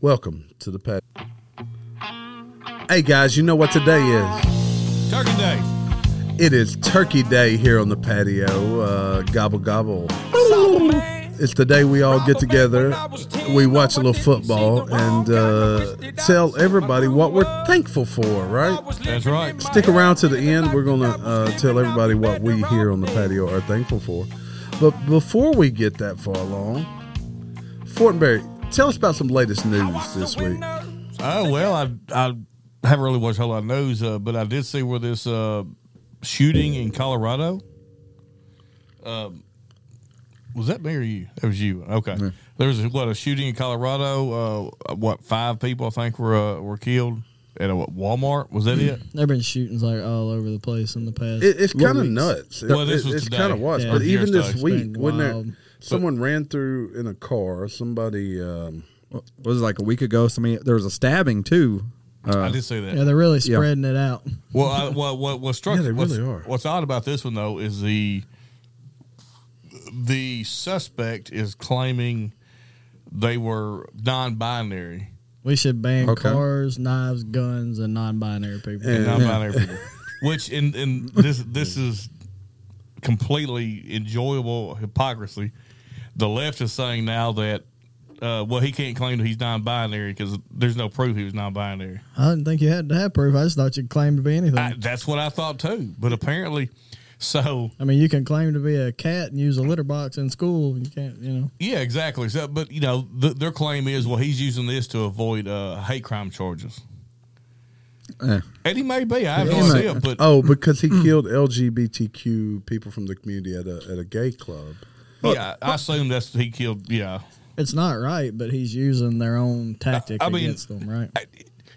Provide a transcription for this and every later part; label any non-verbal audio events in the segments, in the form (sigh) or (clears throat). Welcome to the pet. Hey guys, you know what today is? Turkey Day. It is Turkey Day here on the patio. Uh, gobble gobble. It's the day we all get together. We watch a little football and uh, tell everybody what we're thankful for. Right? That's right. Stick around to the end. We're gonna uh, tell everybody what we here on the patio are thankful for. But before we get that far along, Fortenberry, tell us about some latest news this week. Oh well, I I haven't really watched a whole lot of news, uh, but I did see where this uh, shooting in Colorado. Um, was that me or you? That was you. Okay. There was what a shooting in Colorado. Uh, what five people I think were uh, were killed at a what, Walmart. Was that it? There've been shootings like all over the place in the past. It, it's kind of weeks. nuts. It- Well, this it- was it's today. kind of wild. Yeah. But even this Yesterday. week, It's been wasn't there? wild. Someone ran through in a car. Somebody. Um, was it like a week ago? Somebody there was a stabbing too. I did see that. Yeah, they're really Yeah. spreading it out. Well, I, what what what struck Yeah, they what's, really are. What's odd about this one though is the the suspect is claiming they were non-binary We should ban Okay. cars, knives, guns, and non-binary people. Yeah. non-binary people, which in in this this is completely enjoyable hypocrisy. The left is saying now that. Uh, well, he can't claim that he's non-binary because there's no proof he was non-binary. I didn't think you had to have proof. I just thought you claimed to be anything. I, I, that's what I thought too, but apparently, so mean, you can claim to be a cat and use a litter box in school. You can't, you know. Yeah, exactly. So, but you know, th their claim is, well, he's using this to avoid uh, hate crime charges, Eh. and he may be. I have He no may. Uh, idea, but oh, because (clears throat) he killed LGBTQ people from the community at a at a gay club. yeah, I assume that's he killed. Yeah, It's not right, but he's using their own tactic I- I mean- against them, right? I,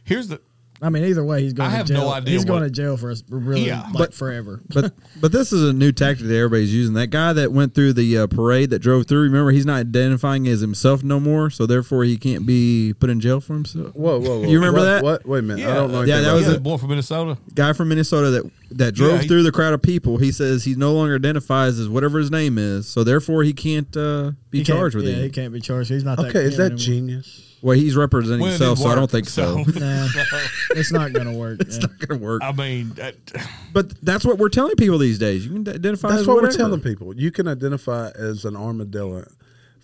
here's the I mean, either way, he's going I have to jail. no idea he's what- going to jail for us, really, Yeah. like But- forever. But but this is a new tactic that everybody's using. That guy that went through the uh, parade that drove through. Remember, he's not identifying as himself no more, so therefore he can't be put in jail for himself. Whoa, whoa, whoa! You remember What- that? What? Wait a minute. I don't know. uh, anything Yeah, that about was yeah, a- the boy from Minnesota. Guy from Minnesota that that drove he- through the crowd of people. He says he no longer identifies as whatever his name is, so therefore he can't uh, be He can't- charged with yeah, it. he can't be charged. He's not that Okay, is human that anymore. genius? Well, he's representing Well, it himself, didn't so I work, don't think so. (laughs) Nah, it's not going to work. yeah. It's not gonna work. I mean, that, But that's what we're telling people these days. You can identify. That's as what we're whatever. telling people. You can identify as an armadillo.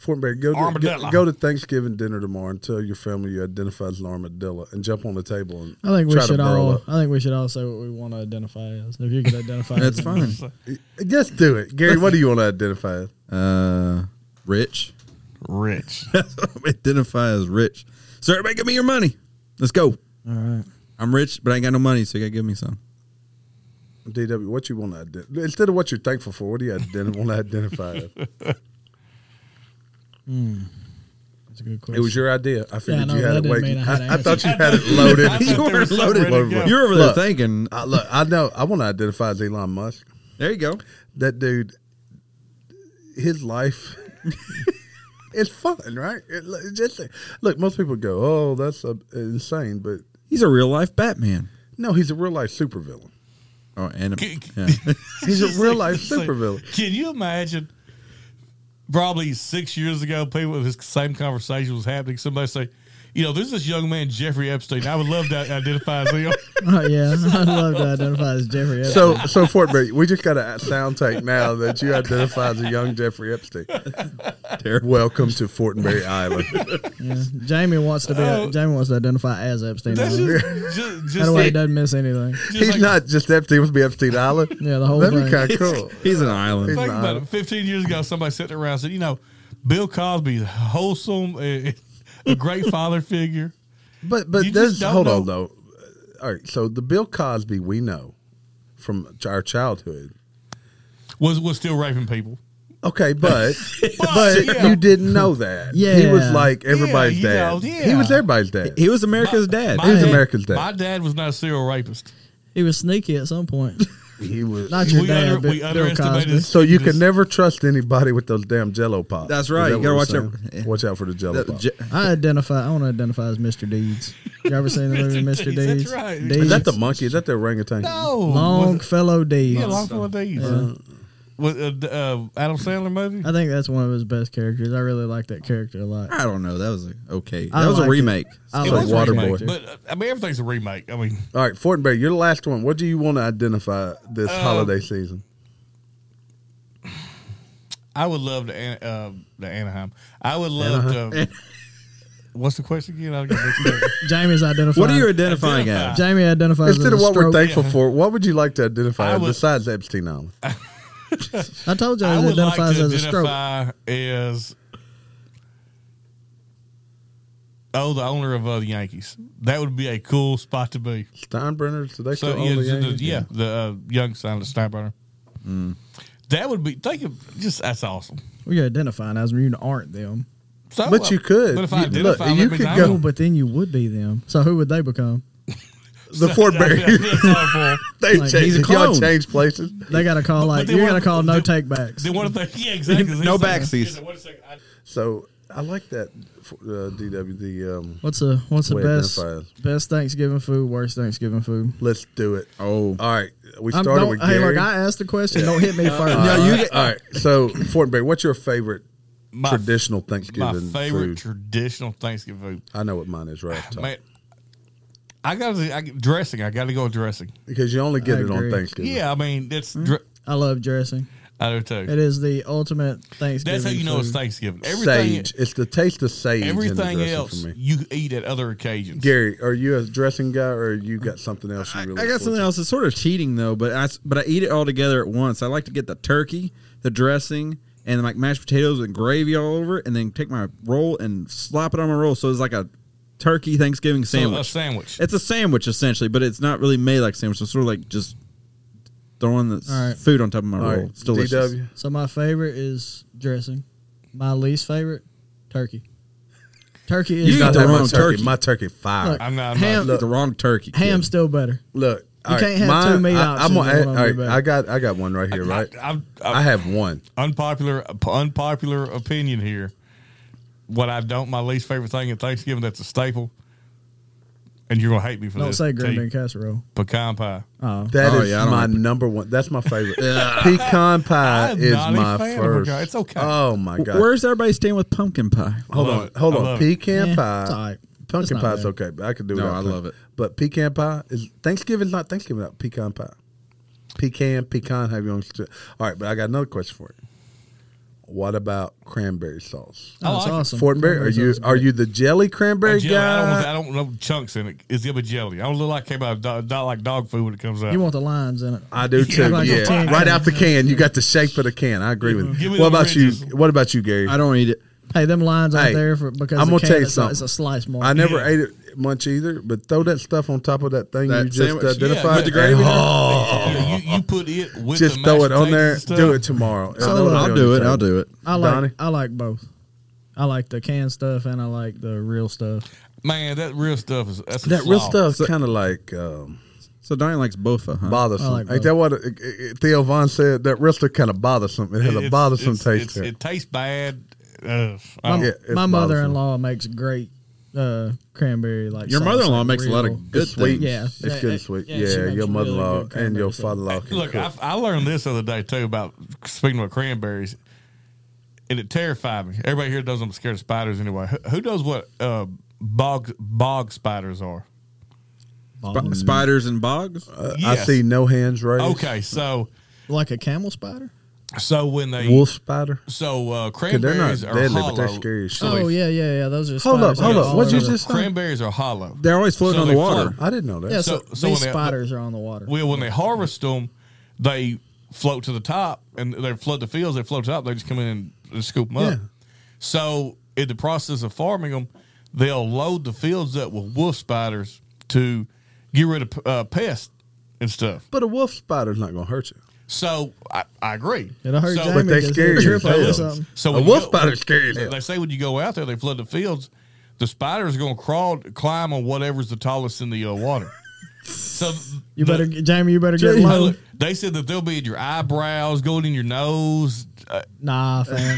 Fortenberry, go to, Armadillo. Go, go to Thanksgiving dinner tomorrow and tell your family you identify as an armadillo and jump on the table and I think we try should to burl all. up. I think we should all say what we want to identify as. If you could identify, That's as- (laughs) fine. Just do it, Gary. What do you want to identify as? Uh, rich. (laughs) rich. identify as rich. So everybody, give me your money. Let's go. All right. I'm rich, but I ain't got no money, so you gotta give me some. DW, what you want to identify instead of what you're thankful for? What do you ident- want to identify? (laughs) as? That's a good question. It was your idea. I Yeah, I figured know, you that had it didn't waiting. mean I had to I, I ask thought you. you had it I loaded. thought you there were was something loaded. ready to go. You're- You're over there Look. thinking. I, look, I know. I want to identify as Elon Musk. There you go. That dude, his life. (laughs) It's fun, right? It, look, it's just look. Most people go, "Oh, that's uh, insane," but He's a real life Batman. no, he's a real life supervillain. Oh, and Can- yeah. (laughs) He's a real life It's like, supervillain. Can you imagine? Probably six years ago, people this same conversation was happening. Somebody say, "You know, there's this young man Jeffrey Epstein. I would love to identify as him." (laughs) (laughs) Oh, yeah, (laughs) I'd love to identify as Jeffrey. Epstein. So, so Fortberry, we just got a sound take now that you identify as a young Jeffrey Epstein. Terrible. Welcome to Fortenberry Island. (laughs) yeah. Jamie wants to be. Oh. Jamie wants to identify as Epstein. That's Island. just, just, just that way, he like, doesn't miss anything. just He's like- not just Epstein; it must be Epstein Island. Yeah, the whole That'd be thing. kind of cool. He's an island. Think not. about it. Fifteen years ago, somebody sitting around and said, "You know, Bill Cosby's wholesome, uh, a (laughs) great father figure." But but You there's just don't hold on know. though. All right, so the Bill Cosby we know from our childhood. Was was still raping people. Okay, (laughs) but But, but yeah. you didn't know that. he Yeah. was like everybody's you dad. know, He was yeah. everybody's dad. He was America's dad. He was America's dad. My dad was not a serial rapist. He was sneaky at some (laughs) point. He was. Not your We dad, under- but we Bill underestimated Cosby. his- So you Just- can never trust anybody with those damn Jello pops. That's Is right. that You gotta what watch we're out. saying? Watch out for the Jello That- pops. Je- I identify. I want to identify as Mr. Deeds. You ever seen the movie Mr. Deeds, (laughs) Mr. that's Deeds? right. Oh, Is that the monkey? Is that the orangutan? No, long fellow Deeds? yeah, long for days. Yeah. With, uh, d- uh, Adam Sandler movie? I think that's one of his best characters. I really like that character a lot. I don't know. That was a, okay. I That was a liked it. remake. I It like was a Waterboy. remake, But uh, I mean, everything's a remake. I mean, All right, Fortenberry, you're the last one. What do you want to identify this Um, holiday season? I would love to An- uh, the Anaheim. I would love to. What's the question again? I got mixed up. Jamie's identifying. What are you identifying Identify. as? Jamie identifies Instead as of a what we're stroke. thankful for, what would you like to identify I as would- besides Epstein Island? I told you I I would like to identifies as a stroke. identify as oh, the owner of uh, the Yankees. That would be a cool spot to be. Steinbrenners? Do they So still yeah, own the the, the- Yankees? Mm. yeah, the uh, young son of Steinbrenner. That would be think of just that's awesome. Well, you're identifying as them. You (laughs) aren't them. So, uh, But you could. But if I You- identify, look, that you means could I go- Oh, am. but then you would be them. So who would they become? The (laughs) Fortenberry. That's awful. they Like, changed. he's a if y'all clone. change places. They got to call But- but like they you want- got to call no they- take backs. Then what if they? (laughs) Yeah, exactly. No They say- backsies. Wait a second. I- So I like that uh, DW. The um, What's the what's the Way best identifies. best Thanksgiving food? Worst Thanksgiving food? let's do it. Oh, All right, we I'm, started don't, with hey, Gary. look, I asked the question. Don't (laughs) hit me first. all, No, right, you all right. So Fortenberry, what's your favorite My, traditional my Thanksgiving favorite food? traditional Thanksgiving food. I know what mine is right off the top. Man, I got to dressing. I got to go with dressing. because you only get I it Hmm? on agree. Thanksgiving. Yeah, I mean that's dre- I love dressing. I do too. It is the ultimate Thanksgiving. That's how you know it's food. Thanksgiving. Everything, sage. It's the taste of sage. in the everything dressing else for me. you eat at other occasions. Gary, are you a dressing guy or you got something else you I, really? I got look forward something to? else. It's sort of cheating though, but I s- but I eat it all together at once. I like to get the turkey, the dressing, and like mashed potatoes and gravy all over it, and then take my roll and slap it on my roll. So it's like a turkey Thanksgiving So, sandwich. a sandwich. It's a sandwich essentially, but it's not really made like a sandwich. It's sort of like just throwing the s- All right. food on top of my All roll. right, It's delicious. DW. So my favorite is dressing. My least favorite, turkey. Turkey is You Not eat the that wrong much turkey. turkey. My turkey fire. Look, I'm not. I'm ham- not Look, the wrong turkey. kid. ham's still better. Look, all right, can't have mine- two meat I, I'm options gonna- and one of all them right, be bad. I got I got one right here, right? I, am I have one. unpopular unpopular opinion here. What I don't my least favorite thing at Thanksgiving that's a staple, and you're gonna hate me for Don't this. say green T, bean casserole. pecan pie. Oh, That is Oh, yeah, I don't my like pe- number one. That's my (laughs) favorite. Pecan pie I'm is not a my fan of first. pecan. It's okay. Oh my god. W- Where's everybody staying with pumpkin pie? hold Love on, it. hold I on. love it. Pecan Eh, pie. it's all right. It's Pumpkin not pie is bad. okay, but I could do No, without I pumpkin. love it. But pecan pie is Thanksgiving's not Thanksgiving without pecan pie. Pecan, pecan, have you on? All right, but I got another question for you. What about cranberry sauce? Oh, I that's like it. awesome. Fortenberry, are Cranberry you sauce is are great. you the jelly cranberry And jelly, I don't, guy? want, I don't know chunks in it. It's gonna be jelly. I don't look like came out of dog, dog, like dog food when it comes out. You want the lines in it? I (laughs) do too. Yeah, like yeah, a tin right can. out the can. You got the shape of the can. I agree with you. Mm-hmm. Give me What them about ridges. you? What about you, Gary? I don't eat it. Hey, them lines out Hey, there for because I'm the gonna tell can, you it's a- something. It's a slice mark. I never Yeah. ate it much either, but throw that stuff on top of that thing That you just sandwich. identified. Yeah, with the gravy and- there? Oh, Yeah, you, you put it with just the throw mashed it on potatoes there. and stuff. Do it tomorrow. I know what I'm I'll doing do it. tomorrow. I'll do it. I like Donnie? I like both. I like the canned stuff and I like the real stuff. Man, that real stuff is that's a That real slog. stuff's kind of like um, So Donnie likes uh-huh. bofa, huh? bothersome. I like Ain't that what uh, uh, Theo Von said? That real stuff kind of bothersome. It has a It's- bothersome it's- taste it's- to it. It tastes bad. Yeah, Uh, I don't- My, it's my bothersome. mother-in-law makes great uh, cranberry like Your sauce, mother-in-law like makes a lot real- of good It's sweet. things. Yeah. it's Yeah, good yeah, and sweet. yeah, Yeah, she makes your really mother-in-law good and your cranberry sauce. father-in-law. Can Look, cook. I, I learned this other day too about speaking of cranberries, and it terrified me. Everybody here knows I'm scared of spiders anyway. Who, who knows what uh, bog bog spiders are? Sp- spiders and bogs. Uh, I see no hands raised. Okay, so Like a camel spider? so when they Wolf spider. so uh, Because they're not cranberries are deadly, hollow. but they're scary as shit. So Oh if- yeah, yeah, yeah. Those are Hold up, spiders. hold that up. all What'd you over the- just say? Cranberries are hollow. They're always floating So on they the water. float. I didn't know that. Yeah, so, So- so these when they- spiders are on the water. Well, when they harvest them, they float to the top and they flood the fields. They float to the top. They just come in and scoop them up. Yeah. So, in the process of farming them, they'll load the fields up with wolf spiders to get rid of uh, pests and stuff. But a wolf spider's not going to hurt you. So, I, I agree. It'll hurt so, Jamie. But they just scare hit a you as triple or hell. something. So a when wolf Oh, you- spider's scary (laughs) as They hell. say when you go out there, they flood the fields. The spiders are going to crawl, climb on whatever's the tallest in the uh, water. So You the- better, get- Jamie. You better get Hey, low. look, they said that they'll be in your eyebrows, going in your nose. Uh, (laughs) Nah, fam.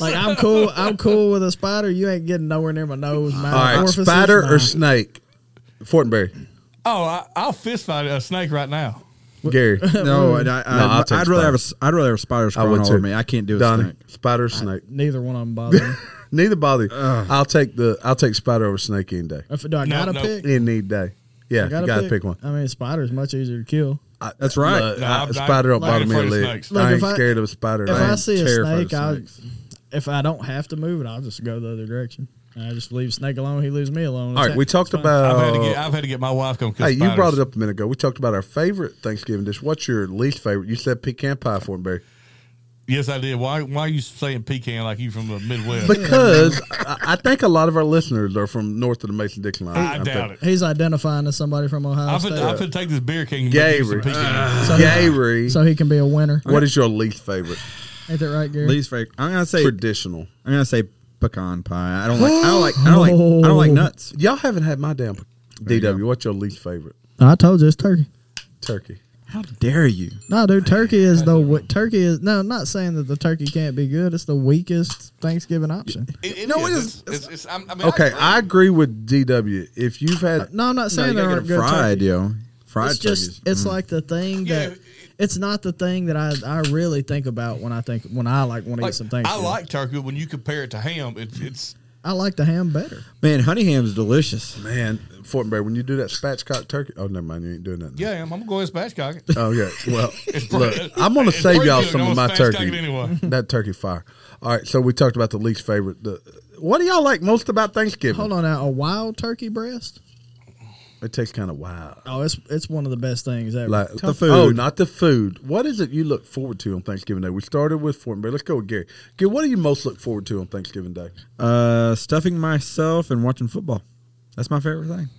like I'm (laughs) cool. I'm cool with a spider. You ain't getting nowhere near my nose, mouth, All right, orifices. spider Nah. or snake? Fortenberry. oh, I, I'll fist fight a snake right now. (laughs) Gary. No, mm. and I, No, I'll I, take I'd rather have a, spider. I'd rather have a spider I crawling would over too. me. I can't do a Donnie, snake. spider, snake. Neither one of them (laughs) bothers me. Neither bother. you. I'll take the I'll take spider over snake any day. If, do I No, gotta no. pick? Any day. Yeah, I you gotta pick, one. I mean, spider's much easier to kill. I- That's right. look, No, I- I'm a not- spider don't I'm bother me a afraid of lick. snakes. I Look, ain't if I- scared of a spider. If I, ain't- see a terrified of snake, I snakes. if I don't have to move it, I'll just go the other direction. And I just leave snake alone. He leaves me alone. All right, we talked about. I've had to get I've had to get my wife come. Oh. hey, you brought it up a minute ago. We talked about our favorite Thanksgiving dish. What's your least favorite? You said pecan pie, Fortenberry. Yes, I did. Why Why are you saying pecan like you from the Midwest? Because I, I think a lot of our listeners are from north of the Mason Dixon line. I I'm doubt thinking. it. He's identifying as somebody from Ohio I'm State, gonna I'm finna take this beer king. and make you some Gary. Ah. pecan. So- Gary. so he can be a winner. what is your least favorite? Ain't that right, Gary? Least favorite. I'm gonna say. Traditional. I'm gonna say pecan pie. I don't like. I don't like. I don't like. (gasps) I don't like nuts. Y'all haven't had my damn DW. What's your least favorite? I told you it's turkey. Turkey. How dare you? No, dude, turkey is the wi- turkey is no. I'm not saying that the turkey can't be good. It's the weakest Thanksgiving option. It, it No, no, it it is- is. It's, it's, it's, I'm- I mean, Okay, I agree with DW. If you've had No, I'm not No, you gotta saying there get aren't good them fried, turkeys. yo. Fried it's just turkeys. Mm-hmm. it's like the thing Yeah. that it's not the thing that I, I really think about when I think when I like want to like, eat some things. I like turkey. but When you compare it to ham, it's it's I like the ham better. man, honey ham is delicious. man, Fortenberry, when you do that spatchcock turkey. Oh, never mind, you ain't doing that. now. yeah. I'm, I'm gonna go ahead and spatchcock it. Oh yeah. Well, (laughs) It's look, pretty- I'm gonna it's save pretty y'all good. some I'm of my gonna spatchcock turkey. it anyway. (laughs) That turkey fire. All right. So we talked about the least favorite. The, what do y'all like most about Thanksgiving? Hold on now, a wild turkey breast? It tastes kind of wild. Oh, it's it's one of the best things ever. Like The food. Oh, not the food. What is it you look forward to on Thanksgiving Day? We started with Fortenberry. Let's go with Gary. Gary, what do you most look forward to on Thanksgiving Day? Uh, stuffing myself and watching football. That's my favorite thing.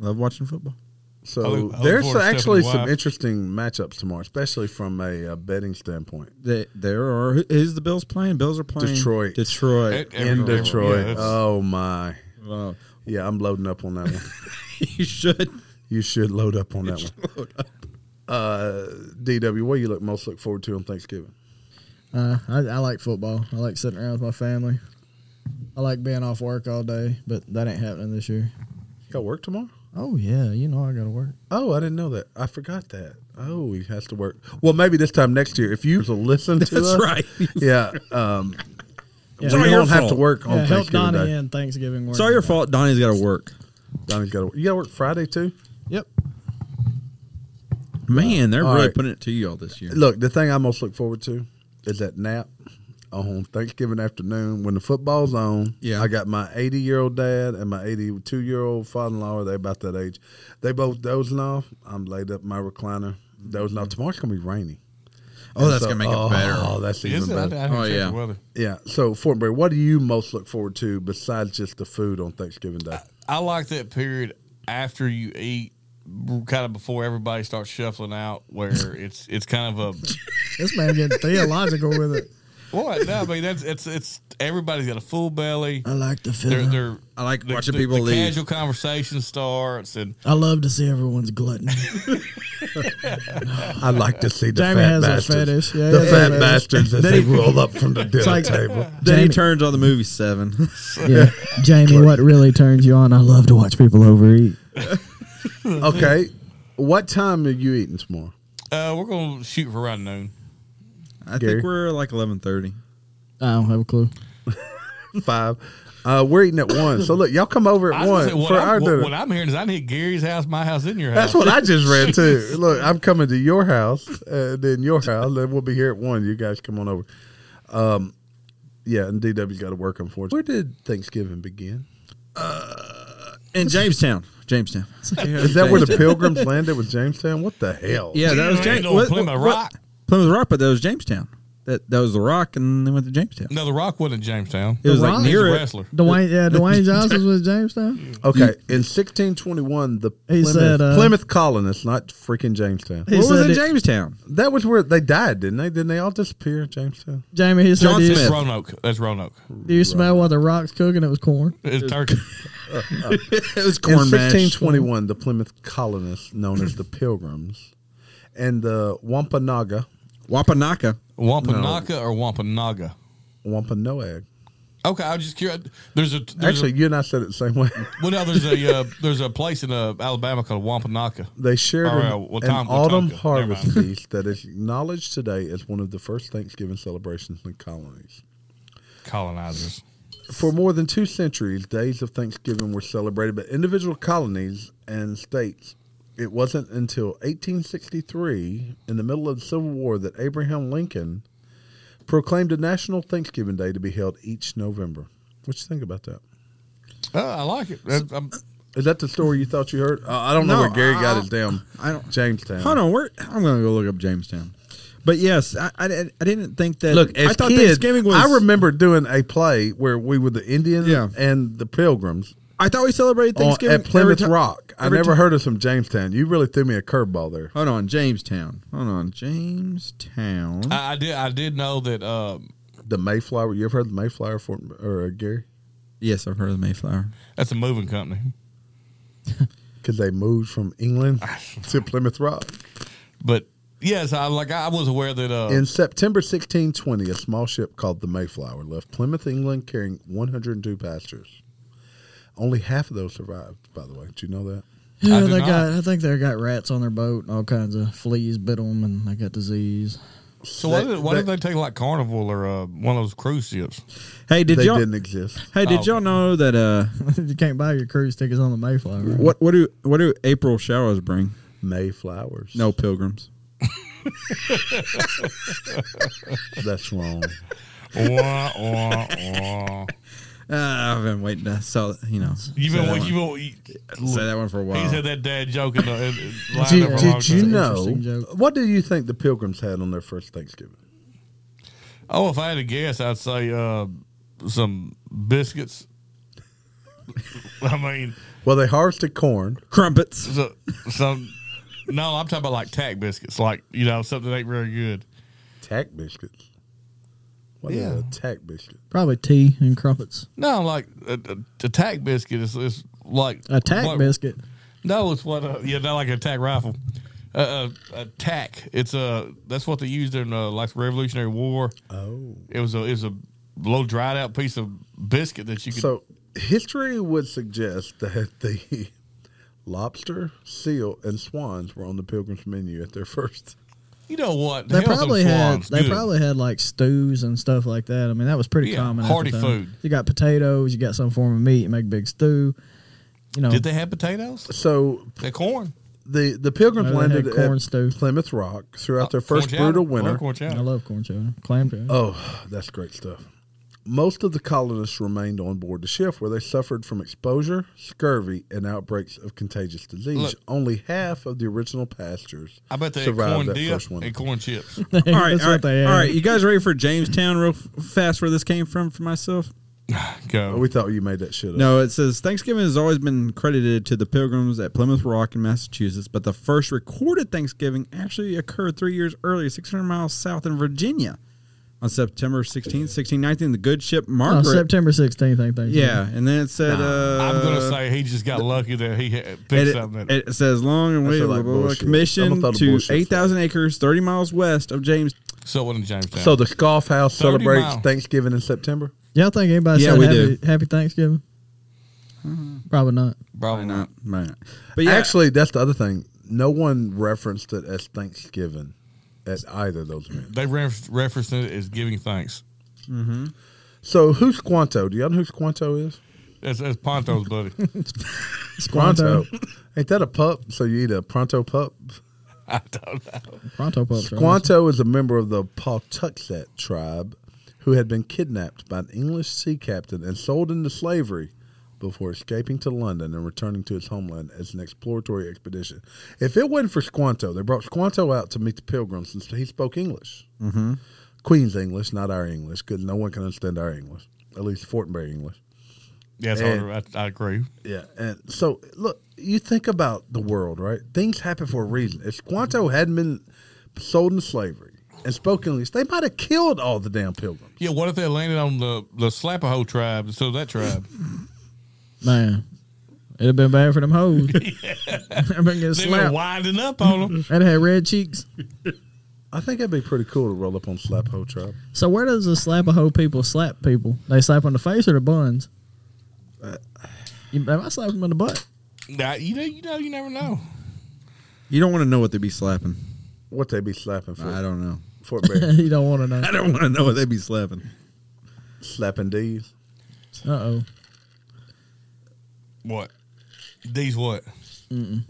Love watching football. So I look- I look there's forward to actually stepping some wide. interesting matchups tomorrow, especially from a, uh betting standpoint. They, there are who- who's the Bills playing? Bills are playing Detroit. Detroit. It- Every- in every- Detroit. yeah, it's- oh my. Wow. Yeah, I'm loading up on that one. (laughs) you should. You should load up on that one. Uh, DW, what do you look most look forward to on Thanksgiving? Uh, I, I like football. I like sitting around with my family. I like being off work all day, but that ain't happening this year. You got work tomorrow? Oh yeah, you know I gotta work. Oh, I didn't know that. I forgot that. Oh, he has to work. Well, maybe this time next year, if you (laughs) listen to That's us, right. (laughs) Yeah, um, Yeah. we all your don't have to fault. work on Yeah, help Thanksgiving Donnie Day. in Thanksgiving work. It's all your fault. Donnie's got to work. Donnie's got to. You got to work Friday too. Yep. Man, they're All really right. putting it to you all this year. Look, the thing I most look forward to is that nap on Thanksgiving afternoon when the football's on. Yeah. I got my 80 year old dad and my 82 year old father in law. They're about that age. They both dozing off. I'm laid up in my recliner, dozing off. Tomorrow's going to be rainy. oh, that's So- gonna make Mm-hmm. oh, it better. Oh, that's even Is it? I, I better. didn't Oh, check yeah. The weather. Yeah. So, Fortenberry, what do you most look forward to besides just the food on Thanksgiving Day? I like that period after you eat, kind of before everybody starts shuffling out, (laughs) where it's it's kind of a This man getting theological with it. what? No, I mean that's it's it's everybody's got a full belly. I like the They're, feeling. they're I like the- watching the- Mm-hmm. people the leave. Casual conversation starts, and I love to see everyone's (laughs) gluttony. I like to see the Jamie fat has a bastards. fetish. Yeah, the he has a fat fetish. bastards as they roll up (laughs) from the dinner like- table. Then he Jamie- turns on the movie Seven. (laughs) Yeah. Jamie, what really turns you on? I love to watch people overeat. Okay. What time are you eating tomorrow? uh, we're gonna shoot for around noon. I Gary? think we're like eleven thirty. I don't have a (laughs) clue. Five. Uh, we're eating at one. So look, y'all come over at I was one gonna say, what, for I'm, our what- dinner. what I'm hearing is I need Gary's house, my house, in your house. That's what I just read too. Look, I'm coming to your house, uh, then your house, then we'll be here at one. You guys come on over. Um, yeah, and DW's got to work unfortunately. Where did Thanksgiving begin? In Jamestown, Jamestown. Is that where the Pilgrims landed with Jamestown? What the hell? Yeah, that was Ain't James. no Plymouth Rock. Plymouth Rock, but that was Jamestown. That that was the Rock, and then went to Jamestown. No, the Rock wasn't in Jamestown. It was The like Rock? He's a near it. wrestler. Dwayne, yeah, (laughs) Dwayne Johnson's with Jamestown. Okay, in 1621, the He Plymouth, said, uh, Plymouth colonists, not freaking Jamestown. He what was said in it- Jamestown? That was where they died, didn't they? Didn't they all disappear in Jamestown? Jamie, he said, John do you, That's Smith. Roanoke. That's Roanoke. do you smell while the rock's cooking? It was corn. It's (laughs) turkey. (laughs) it was In corn mash. 1621, the Plymouth colonists, known as the Pilgrims, and the Wampanoag, Wapanaka. Wampanoag or Wampanoag? Wampanoag, Okay, I was just curious. There's a there's Actually, a, you and I said it the same way. (laughs) well, no, there's a uh, there's a place in uh, Alabama called Wampanoag. They shared All an, right, well, an Tom- well, autumn Tonka. Never harvest mind. feast that is acknowledged today as one of the first Thanksgiving celebrations in the colonies. Colonizers. For more than two centuries, days of Thanksgiving were celebrated by individual colonies and states. It wasn't until 1863, in the middle of the Civil War, that Abraham Lincoln proclaimed a national Thanksgiving Day to be held each November. What you think about that? Uh, I like it. Uh, I'm- Is that the story you thought you heard? Uh, I don't know No, where Gary got I- his damn I don't. Jamestown. Hold on, where I'm gonna go look up Jamestown. But yes, I, I, didn't- I didn't think that. Look, as I thought kids, Thanksgiving was. I remember doing a play where we were the Indians Yeah. and the Pilgrims I thought we celebrated on, Thanksgiving at Plymouth every ti- Rock. I every never ti- heard of some Jamestown. You really threw me a curveball there. Hold on, Jamestown. Hold on, Jamestown. I, I did I did know that um, The Mayflower. You ever heard of the Mayflower for or uh, Gary? yes, I've heard of the Mayflower. that's a moving company. Because they moved from (laughs) England to Plymouth Rock. But yes, I like I was aware that uh, In September 1620, a small ship called the Mayflower left Plymouth, England, carrying 102 passengers. Only half of those survived, by the way. Did you know that? Yeah, do they not. got. I think they got rats on their boat and all kinds of fleas bit them, and they got disease. (laughs) so why They- did why did they take like Carnival or uh, one of those cruise ships? Hey, did they y'all? didn't exist. Hey, did Oh. y'all know that? Uh, you can't buy your cruise tickets on the Mayflower. right? what what do what do April showers bring? Mayflowers. No pilgrims. That's wrong. Wah, wah, wah. Uh, I've been waiting to sell. You know, (laughs) You've say that been one- you've been, say that one for a while. he's had that dad joke in the in, in line there Did, for a long did you time. know? Interesting joke. What do you think the Pilgrims had on their first Thanksgiving? Oh, if I had to guess, I'd say uh, some biscuits. I mean, Well, they harvested corn. (laughs) Crumpets. so, some. No, I'm talking about like tack biscuits, like you know something that ain't very good. Tack biscuits. What is Yeah. a tack biscuit? Probably tea and crumpets. No, like a, a, a tack biscuit is, is like A tack what- biscuit. No, it's what uh, yeah, not like a tack rifle. Uh, a, a tack. It's a that's what they used in uh, like the Revolutionary War. Oh. It was a it was a little dried out piece of biscuit that you could. So history would suggest that (laughs) the lobster, seal, and swans were on the Pilgrims menu at their first. you know what? They Hell, them probably had. swans, They good. probably had like stews and stuff like that. I mean, that was pretty Yeah, common. at hearty the time. food. You got potatoes. You got some form of meat. You make a big stew. You know, Did they have potatoes? So They corn. the the Pilgrims Well, they had landed corn at stew. Plymouth Rock throughout their Uh, first corn chowder. brutal Well, winter. corn chowder. I love corn chowder, clam Uh, chowder. Oh, that's great stuff. Most of the colonists remained on board the ship where they suffered from exposure, scurvy, and outbreaks of contagious disease. Look. Only half of the original pastures I bet they had survived corn that dip first and one. corn (laughs) chips. That's all right, all what right, they had. all right. You guys ready for Jamestown? Real f- fast, where this came from for myself. Go. Oh, We thought you made that shit up. No, it says Thanksgiving has always been credited to the Pilgrims at Plymouth Rock in Massachusetts, but the first recorded Thanksgiving actually occurred three years earlier, 600 miles south in Virginia, on September 16, 1619. The good ship Oh, Margaret. September sixteenth, I think. they- yeah, and then it said. uh, I'm gonna say he just got lucky that he had picked it, something. That, it says long and I feel waited like blah, blah, blah, bullshit. Someone commission thought of to bullshit. 8,000 acres, 30 miles west of James. so what in Jamestown? So the Scoff House 30 celebrates mile. Thanksgiving in September. Y'all think anybody Yeah, said we Mm-hmm. happy, happy Thanksgiving? Probably not. probably Might not. not, might not. But yeah, Actually, that's the other thing. No one referenced it as Thanksgiving at either of those events. They referenced, referenced it as giving thanks. So who's Squanto? Do y'all know who Squanto is? That's, that's Ponto's (laughs) buddy. (laughs) Squanto. Ain't that a pup? So you eat a pronto pup? I don't know. Pronto pups. right? Squanto is a member of the Pawtuxet tribe who had been kidnapped by an English sea captain and sold into slavery before escaping to London and returning to his homeland as an exploratory expedition. If it wasn't for Squanto, they brought Squanto out to meet the pilgrims since he spoke English. Mm-hmm. Queen's English, not our English, because no one can understand our English, at least Fortenberry English. Yeah, it's And- harder. I, I agree. Yeah, and so look, you think about the world, right? Things happen for a reason. If Squanto hadn't been sold into slavery and spoken English, they might have killed all the damn pilgrims. Yeah, what if they landed on the the Slapahoe tribe instead of that tribe? Man, it'd have been bad for (laughs) them hoes. (laughs) I've been They've getting been (laughs) slapped. winding up on them. I'd have had red cheeks. I think that'd be pretty cool to roll up on Slap Ho Tribe. So where does the slap a hoe people slap people? They slap on the face or the buns? Uh, You, they might slap them in the butt. (laughs) Now, you know, you know, you never know. You don't want to know what they be slapping. What they be slapping for? I don't know. (laughs) Fort Berry. you don't want to (laughs) know. I don't want to know what they be slapping. slapping D's. Uh oh. What? These what? Mm.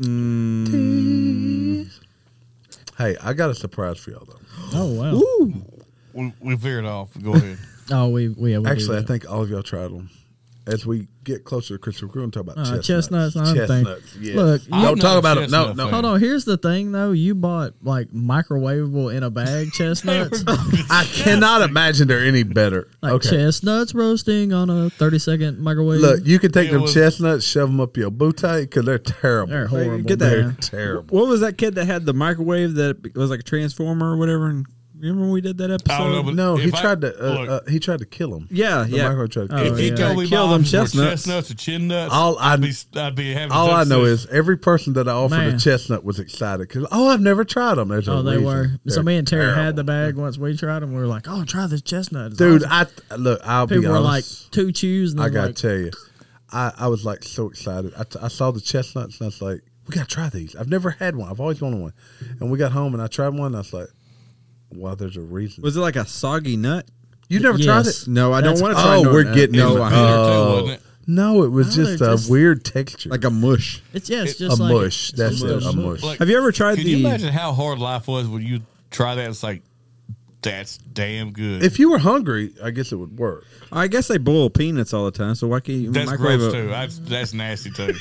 Hey, I got a surprise for y'all though. Oh wow. We, we veered off. Go ahead. Oh, we we yeah, we do Actually, I that. think all of y'all tried them. As we get closer to Christmas, we're going to talk about Uh, chestnuts. chestnuts, I don't think- yes. Look, don't you- I'm not talk a about it. (laughs) No, chestnut no. fan. Hold on. Here's the thing, though. You bought like microwavable in (laughs) a bag chestnuts, I cannot imagine they're any better. like okay. chestnuts roasting on a thirty second microwave. Look, you can take It them was- chestnuts, shove them up your bootay because they're terrible. They're horrible, Get that. man. terrible. What was that kid that had the microwave that was like a transformer or whatever? And remember when we did that episode? I don't know, but No, he if I- tried to. Uh, look, uh, he tried to kill him. yeah, The yeah. micro tried to Oh, kill if him. you yeah. told me Kill my them options were chestnuts. chestnuts or chin nuts, All I- I'd be, I'd be having. All I know is conversations. every person that I offered a Man. chestnut was excited because oh, I've never tried them. There's a Oh, they reason. were. So They're me and Terry had terrible. the bag once we tried them. We were like, "Oh, try this chestnut, It's dude. awesome." I look. I'll be People were like honest. two chews. And I I gotta like, tell you, I, I was like so excited. I, t- I saw the chestnuts and I was like, we gotta try these. I've never had one. I've always wanted one. And we got home and I tried one. and I was like, well, there's a reason. Was it like a soggy nut? you never tried Yes. it? No, I That's- don't want to try. Oh, no we're nut. getting It was no, uh, bitter, Uh, too, wasn't it? No, it was No, just a they're just- weird texture, like a mush. it's yeah, it's a just like mush. it's That's just it, a mush. Like, Have you ever tried Can the? you imagine how hard life was when you try that? It's like that's damn good. if you were hungry, I guess it would work. I guess they boil peanuts all the time, so why can't you that's microwave gross a- too. That's, that's nasty (laughs) too.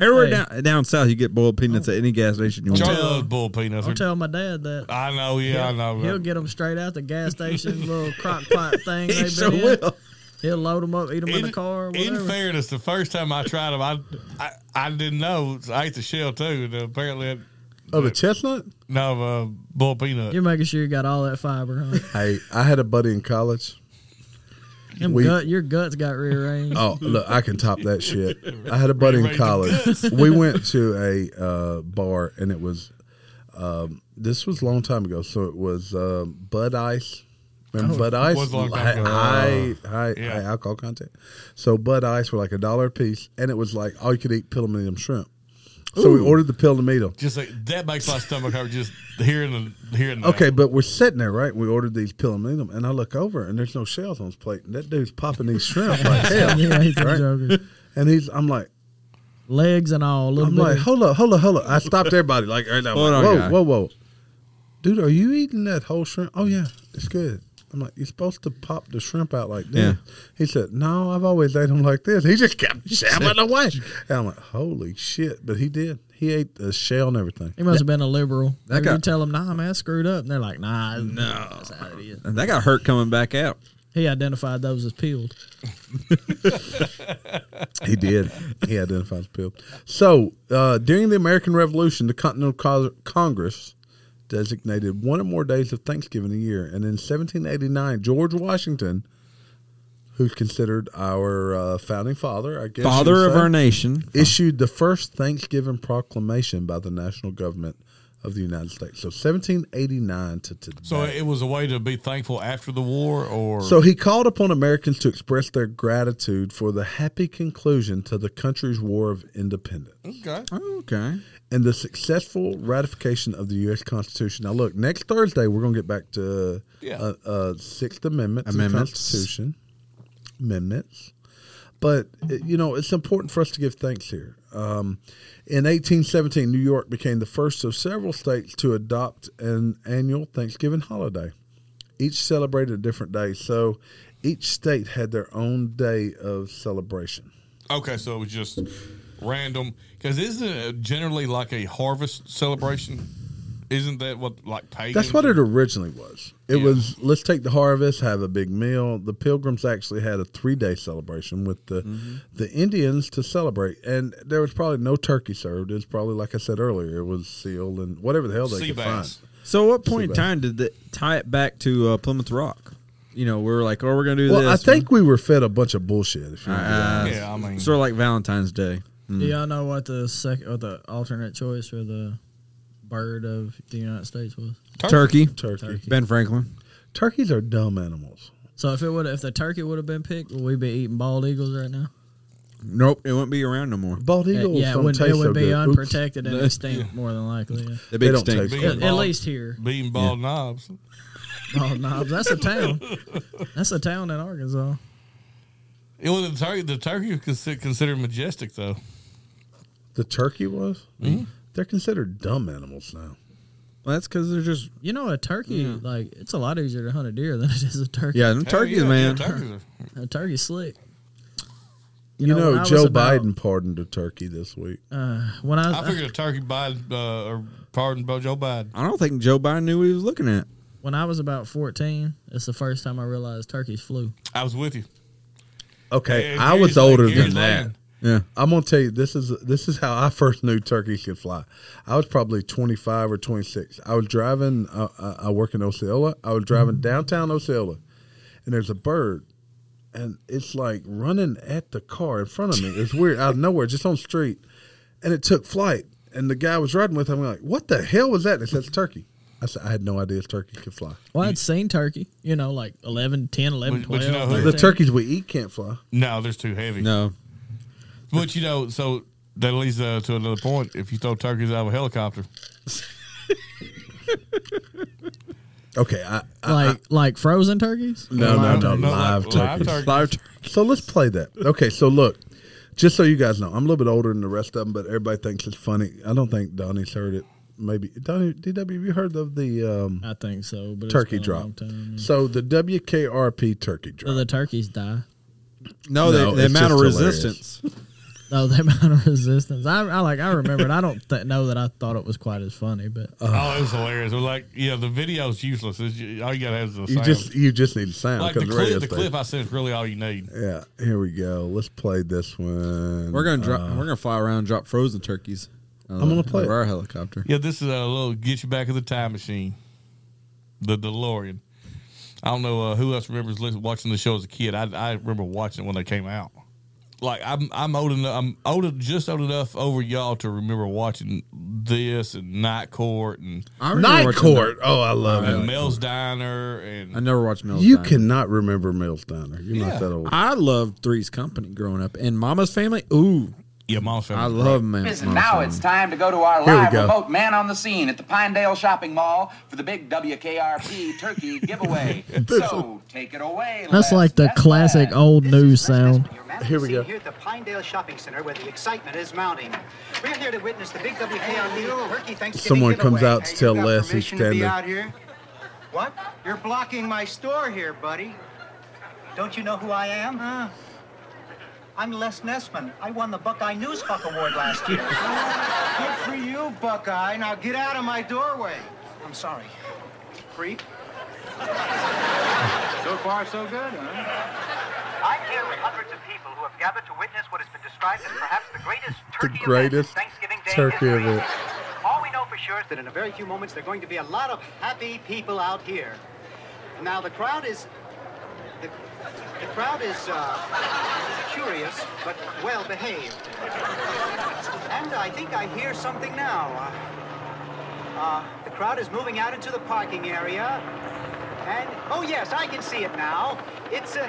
Everywhere Hey. down, down south, you get boiled Oh. peanuts at any gas station you want. Charlie loves bull peanuts. I'll tell my dad that. I know. Yeah, I know. He'll get them straight out (laughs) the gas station little crock pot thing. He they've sure been in. will. He'll load them up, eat them in, the car. in Whatever. fairness, the first time I tried them, I I, I didn't know. So I ate the shell too. And apparently, it- Of a chestnut? no, uh, bull peanut. You're making sure you got all that fiber, (laughs) huh? Hey, I had a buddy in college. Them We- gut, your guts got (laughs) rearranged. Oh, look, I can top that shit. I had a buddy in Rearrange college. We went to a uh, bar, and it was um, this was a long time ago. So it was um, Bud Ice. Remember Bud Ice? Oh, was a long time Hi- ago. Uh, High, high, Yeah. high alcohol content. So Bud Ice were like a dollar a piece, and it was like all you could eat pillimetum shrimp. So we ordered the pillimetum. Just like, that makes my stomach hurt just hearing the hearing. that. Okay, but we're sitting there, right? We ordered these pillimetum, and I look over, and there's no shells on his plate. And that dude's popping these shrimp (laughs) like (laughs) hell. yeah, he's Right. joking. And he's, I'm like, Legs and all. A little I'm bit like, of- hold up, hold up, hold up. I stopped everybody. Like, right now, Hold like, on, whoa, guy. whoa, whoa. Dude, are you eating that whole shrimp? Oh, yeah, it's good. I'm like, you're supposed to pop the shrimp out like this. He said, no, I've always ate them like this. He just (laughs) kept shabbing away. And I'm like, holy shit. But he did. He ate the shell and everything. He must have been a liberal. That Maybe you guy- tell him, nah, man, I screwed up. And they're like, nah, no. That's how it is. And That got hurt coming back out. He identified those as peeled. He did. he identified as pill. So, uh, during the American Revolution, the Continental Co- Congress designated one or more days of Thanksgiving a year. And in 1789, George Washington, who's considered our uh, founding father, I guess, you Father would of say, our nation. issued the first Thanksgiving proclamation by the national government of the United States. So, 1789 to today. So it was a way to be thankful after the war, or So he called upon Americans to express their gratitude for the happy conclusion to the country's war of independence okay. Okay. and the successful ratification of the U.S. Constitution. Now, look, next Thursday we're going to get back to Yeah. uh, uh, Sixth Amendment to the Amendments. Constitution amendments. But uh, you know, it's important for us to give thanks here. Um, in 1817, New York became the first of several states to adopt an annual Thanksgiving holiday. Each celebrated a different day, so each state had their own day of celebration. Okay, so it was just random. Because isn't it generally like a harvest celebration? Isn't that what like pagans? That's what it originally was. It Yeah. was let's take the harvest, have a big meal. The Pilgrims actually had a three day celebration with the Mm-hmm. the Indians to celebrate, and there was probably no turkey served. It was probably like I said earlier, it was seal and whatever the hell they Sea could bass. find. So, at what point in time did that tie it back to uh, Plymouth Rock? You know, we were like, oh, we're gonna do Well, I this. think we were fed a bunch of bullshit. If you Uh, Yeah, I mean, sort of like Valentine's Day. Do y'all know what the sec- or the alternate choice for the bird of the United States was. Turkey. Turkey. Turkey. Ben Franklin. Turkeys are dumb animals. So if it would, if the turkey would have been picked, would we be eating bald eagles right now? Nope, it won't be around no more. Bald eagles Uh, yeah, it don't would, taste it would so be good. Oops. (laughs) unprotected and extinct more than likely. Yeah. The They big don't stink. taste Yeah, At, at bald- least here, Beating bald knobs. bald knobs. That's a town. That's a town in Arkansas. It was the turkey. The turkey was consi- considered majestic, though. The turkey was? Mm-hmm. They're considered dumb animals now. Well, that's because they're just You know, a turkey like it's a lot easier to hunt a deer than it is a turkey. yeah, them Hell turkeys, yeah, man. yeah, turkeys are- a turkey's slick. You, know, when I was Joe about- Biden pardoned a turkey this week. Uh, when I, was, I figured a turkey Biden uh, or pardon Bo- Joe Biden. I don't think Joe Biden knew what he was looking at. when I was about fourteen, it's the first time I realized turkeys flew. I was with you. Okay, Yeah, I Gary's was like- older than Gary's that. lying. Yeah, I'm gonna tell you this is this is how I first knew turkeys could fly. I was probably 25 or 26. I was driving. Uh, I- I work in Osceola. I was driving downtown Osceola, and there's a bird, and it's like running at the car in front of me. It's weird out of nowhere, just on the street, and it took flight. And the guy I was riding with, I'm like, what the hell was that? And it says turkey. I said I had no idea turkeys could fly. Well, I'd seen turkey, you know, like 11, 10, 11, But- but 12. you know who- The 13. turkeys we eat can't fly. No, there's too heavy. no, But you know, so that leads uh, to another point. If you throw turkeys out of a helicopter, Okay, I, I like like frozen turkeys. no, no, Like- no, No, live live turkeys. turkey. live turkey. So let's play that. Okay, so look, just so you guys know, I'm a little bit older than the rest of them, but everybody thinks it's funny. I don't think Donnie's heard it. Maybe Donnie DW, have you heard of the um, I think so. But Uh, it's turkey been a long drop? time, yeah. So the WKRP turkey So drop. the turkeys die. (laughs) No, No, the, the it's amount of just hilarious. resistance. Oh, the amount of resistance. I, I like. I remember it. I don't th- know that I thought it was quite as funny, but Uh, oh, it was hilarious. It was like, yeah, the video's useless. It's, ju- all you gotta have is the you sound. just you just need sound like 'cause the the radio clip. The clip I said is really all you need. station- Yeah, here we go. Let's play this one. We're gonna drop. Uh, we're gonna fly around and drop frozen turkeys. I'm gonna play it. our helicopter. Yeah, this is a little get you back in the time machine, the DeLorean. I don't know uh, who else remembers lis- watching the show as a kid. I, I remember watching it when they came out. Like I'm I'm old enough. I'm old just old enough over y'all to remember watching this and Night Court and, I remember Uh, Night watching Court. Oh, I love and it. Mel's Diner that. I and never watched Mills. You Diner. cannot remember Mills Diner. You're Yeah. not that (laughs) old. I loved Three's Company growing up, and Mama's Family. Ooh, yeah, Mom's Family. I love Ma- Mama's And now Family. it's time to go to our Here we live go. remote man on the scene at the Pinedale Shopping Mall for the big WKRP turkey giveaway. (laughs) so take it away. that's Les. like the That's classic Les. old This news is Les Nesbitt, sound. your man Here we seen go. Here at the Pinedale Shopping Center, where the excitement is mounting. We're here to witness the big WKRP Turkey Thanksgiving Someone comes giveaway. out to tell got Les he's permission to be standing. out here? What? You're blocking my store here, buddy. Don't you know who I am? Huh? I'm Les Nessman. I won the Buckeye Newsbuck Award last year. Good for you, Buckeye. Now get out of my doorway. I'm sorry. Creep. so far, so good, huh? I'm here with hundreds of people who have gathered to witness what has been described as perhaps the greatest The turkey greatest event in Thanksgiving Day turkey history. event. All we know for sure is that in a very few moments there are going to be a lot of happy people out here. Now the crowd is the, the crowd is uh, curious but well behaved. And I think I hear something now. Uh, uh, the crowd is moving out into the parking area, and oh yes, I can see it now. It's a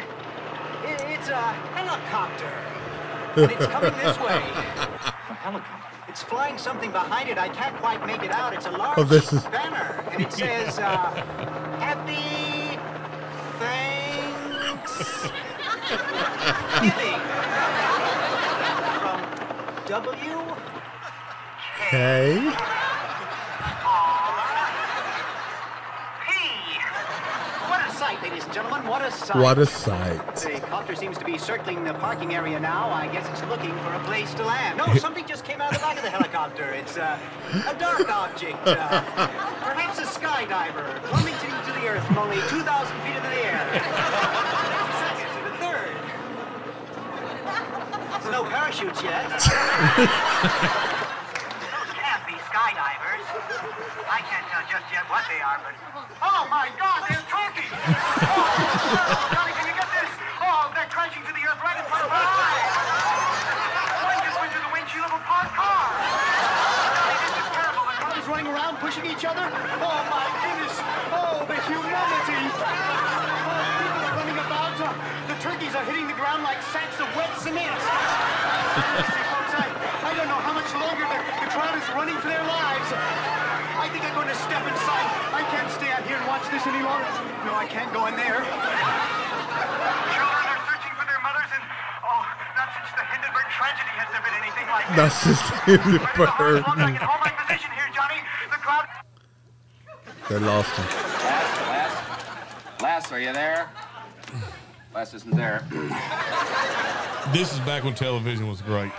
it, it's a helicopter. And it's coming this way. It's flying something behind it. I can't quite make it out. It's a large Oh, this is- banner, and it says, uh, "Happy Thanksgiving from W." Okay. What a sight, ladies and gentlemen! What a sight! What a sight. The copter seems to be circling the parking area now. I guess it's looking for a place to land. No, something just came out of the back of the helicopter. It's uh, a dark object. Uh, perhaps a skydiver plummeting to the earth from only 2,000 feet into the air. Second to the third. There's no parachutes yet. those can't be skydivers. I can't tell just yet what they are, but oh my God, they're turkeys! Oh, Johnny, can you get this? Oh, they're crashing to the earth right in front of my eyes. One just went through the windshield of a parked car. Johnny, this is terrible. The He's running right around pushing each other? Oh my goodness! Oh, the humanity! Oh, people are running about. Uh, the turkeys are hitting the ground like sacks of wet cement. (laughs) Honestly, folks, I, I don't know how much longer the, the crowd is running for their lives. I think I'm going to step inside. I can't stay out here and watch this any longer. No, I can't go in there. Children are searching for their mothers, and oh, not since the Hindenburg tragedy has there been anything like this. That's just (laughs) (laughs) uh, Hindenburg. They lost him. Lass, Lass, Lass, are you there? Lass isn't there. This is back when television was great.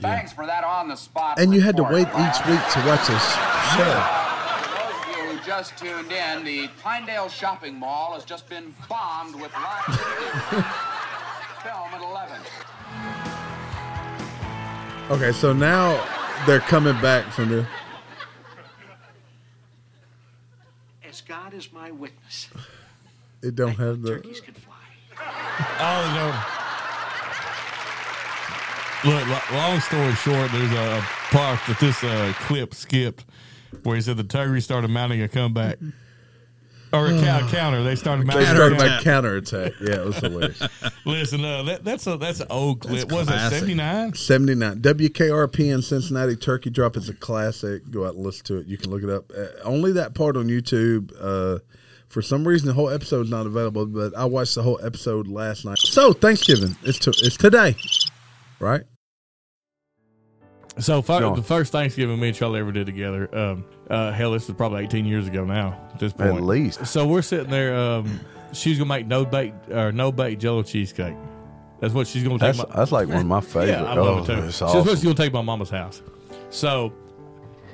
Thanks for that on the spot. And you had to report, wait Lass. each week to watch a show. Those of you who just tuned in, the Pinedale Shopping Mall has just been bombed with live (laughs) film at 11. Okay, so now they're coming back from the. As God is my witness, It don't have the. turkeys can fly. Oh no. Look, lo- long story short, there's a part that this uh, clip skipped where he said the Tigers started mounting a comeback. Or a cou- counter. They started They mounting a started counter. by counterattack. Yeah, it was hilarious. Listen, uh, that, that's a that's an old clip. That's Was it classic. 79? 79. WKRP in Cincinnati Turkey Drop is a classic. Go out and listen to it. You can look it up. Uh, only that part on YouTube. Uh, for some reason, the whole episode's not available, but I watched the whole episode last night. So, Thanksgiving. It's, to, it's today, right? So fir- Sure. the first Thanksgiving me and Charlie ever did together. Um, uh, hell, this is probably eighteen years ago now. At this point, least. So we're sitting there. Um, she's gonna make no bake or no bake Jello cheesecake. That's what she's gonna take. That's, my, that's like one of my favorite. yeah, I love oh, it too. it's She's awesome. supposed to go take my mama's house. So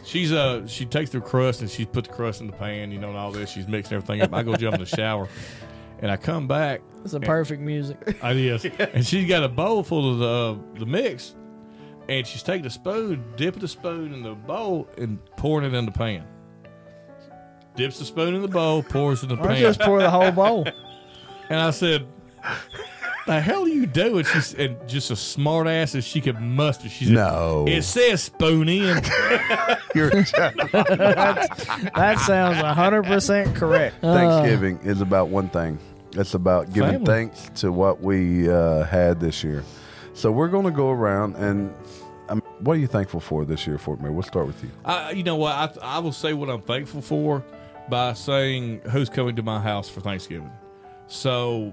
she's uh she takes the crust and she's put the crust in the pan, you know, and all this. She's mixing everything up. I go jump in the shower, and I come back. It's a perfect music. I yes. and she's got a bowl full of the the mix, and she's taking a spoon, dipping the spoon in the bowl, and pouring it in the pan. Dips the spoon in the bowl, pours it in the Why don't pan. you just pour the whole bowl? And I said, "The hell are you doing?" She's and just as smart ass as she could muster. She said, No. it says spoon in." Your That (laughs) sounds 100% correct. Thanksgiving is about one thing. It's about giving Family. thanks to what we uh, had this year. So we're going to go around and um, what are you thankful for this year, Fort Mayor? We'll start with you. I, you know what? I, I will say what I'm thankful for by saying who's coming to my house for Thanksgiving. So,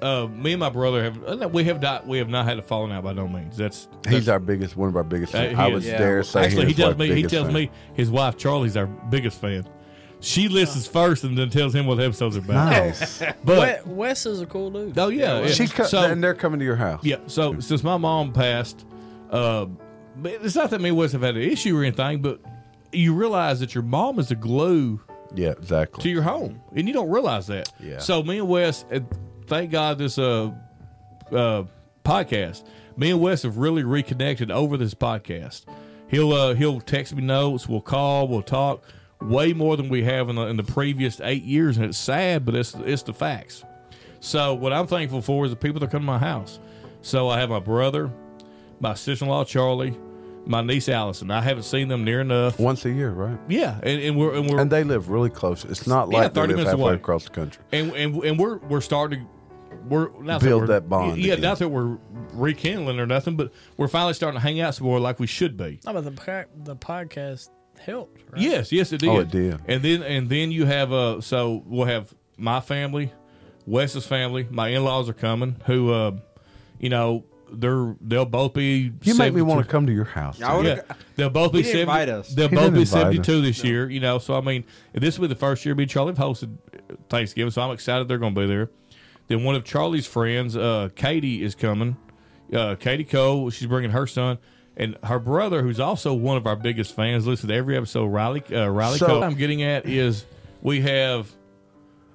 uh, me and my brother have uh, we have not we have not had a falling out by no means. That's, that's He's our biggest, one of our biggest. Uh, he fans. I is. would Yeah, (laughs) dare say actually he is our tells me he biggest tells fan. me his wife Charlie's our biggest fan. She listens first and then tells him what episodes are about. Nice. But We- Wes is a cool dude. oh yeah, yeah. She's co- So- and they're coming to your house. yeah. So since my mom passed, uh, but it's not that me and Wes have had an issue or anything, but you realize that your mom is the glue Yeah, to exactly. your home, and you don't realize that. Yeah. So me and Wes, and thank God this uh, uh, podcast. Me and Wes have really reconnected over this podcast. He'll uh, he'll text me notes. We'll call. We'll talk. Way more than we have in the in the previous eight years, and it's sad, but it's it's the facts. So what I'm thankful for is the people that come to my house. So I have my brother, my sister-in-law Charlie, my niece Allison. I haven't seen them near enough. Once a year, right? Yeah, and, and we're and we're And they live really close. It's not Yeah, like 30 they live minutes halfway away. across the country. and and, and we're we're starting to we're not Build we're- that bond Yeah, again. not that we're rekindling or nothing, but we're finally starting to hang out some more like we should be. Oh, No, but the, po- the podcast helped, right? Yes, yes, it did. Oh, it did. And then and then you have uh, so we'll have my family, Wes's family, my in laws are coming. Who, uh, you know, they're they'll both be. You make me 72 want to come to your house. I would- Yeah, they'll both be He didn't invite us. seventy. They'll He both didn't be invite us. seventy-two this year. You know, so I mean, this will be the first year me and Charlie have hosted Thanksgiving, so I'm excited they're going to be there. Then one of Charlie's friends, uh, Katie, is coming. Uh, Katie Cole, she's bringing her son and her brother, who's also one of our biggest fans. Listen to every episode. Riley, uh, Riley So- Cole. What I'm getting at is we have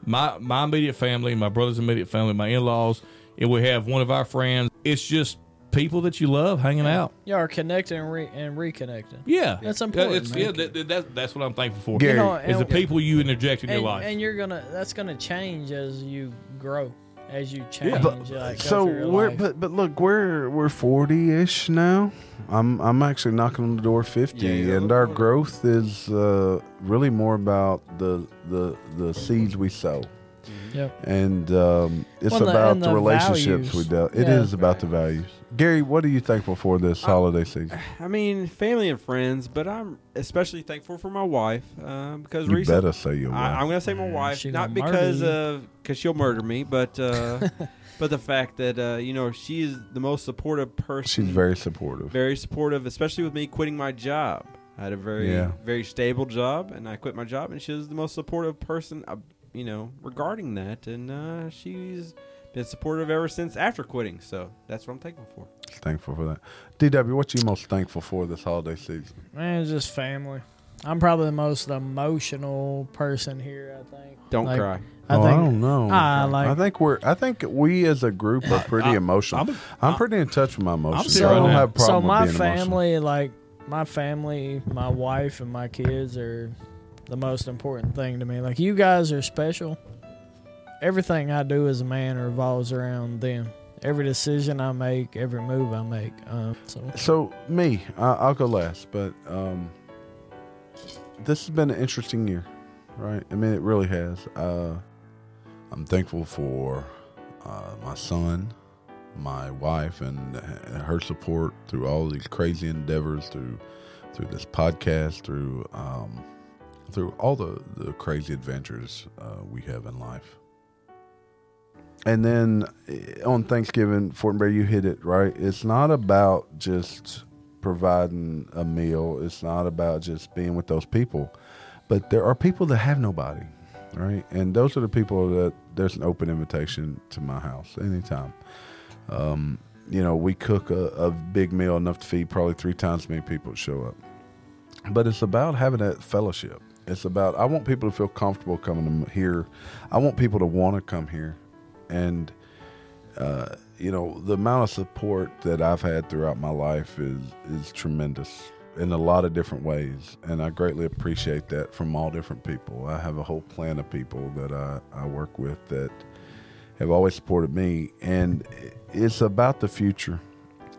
my my immediate family, my brother's immediate family, my in-laws, and we have one of our friends. It's just people that you love hanging out. Y'all are connecting and, re- and reconnecting. Yeah, That's Uh, important, it's- man. yeah, that, that- that's that's what I'm thankful for. Gary, You know, is the and- people you interject in and, your life. and you're gonna that's gonna change as you grow as you change. But, like, go so through your we're life. but, but look we're we're forty ish now. I'm I'm actually knocking on the door fifty, and our growth is uh, really more about the the the seeds we sow, Mm-hmm. Yep. and um, it's Well, the- about and the, the relationships values. we do. It is Yeah. about the values. Gary, what are you thankful for this holiday (sighs) season? I mean, family and friends, but I'm especially thankful for my wife um, because You recently better say your I, I'm wife. gonna say my wife, she not gonna murder because you. of because she'll murder me, but (laughs) uh, but the fact that uh, you know she is the most supportive person. She's very supportive. very supportive, especially with me quitting my job. I had a very Yeah. very stable job, and I quit my job, and she was the most supportive person, uh, you know, regarding that, and uh, she's been supportive ever since after quitting. So that's what I'm thankful for. thankful for that. DW, what you most thankful for this holiday season? Man, it's just family. I'm probably the most emotional person here. I think. Don't Like, cry. I oh, think. I don't know. I like- I think we're. I think we as a group are pretty I- emotional. I'm, I'm- pretty in touch with my emotions. too I don't right now. have a problem so my with being emotional. family, like my family, my wife and my kids are the most important thing to me. Like you guys are special. Everything I do as a man revolves around them. Every decision I make, every move I make. Um, so So me, I, I'll go last. But um, this has been an interesting year, right? I mean, it really has. Uh, I'm thankful for uh, my son, my wife, and h- her support through all these crazy endeavors, through through this podcast, through um, through all the the crazy adventures uh, we have in life. And then eh, on Thanksgiving, Fortenberry, you hit it right. It's not about just providing a meal. It's not about just being with those people, but there are people that have nobody, right? And those are the people that there's an open invitation to my house anytime. Um, you know, we cook a, a big meal enough to feed probably three times as many people that show up. But it's about having that fellowship. It's about I want people to feel comfortable coming to m- here. I want people to want to come here and uh, you know the amount of support that I've had throughout my life is is tremendous in a lot of different ways, and I greatly appreciate that from all different people. I have a whole plan of people that I, I work with that have always supported me, and it's about the future.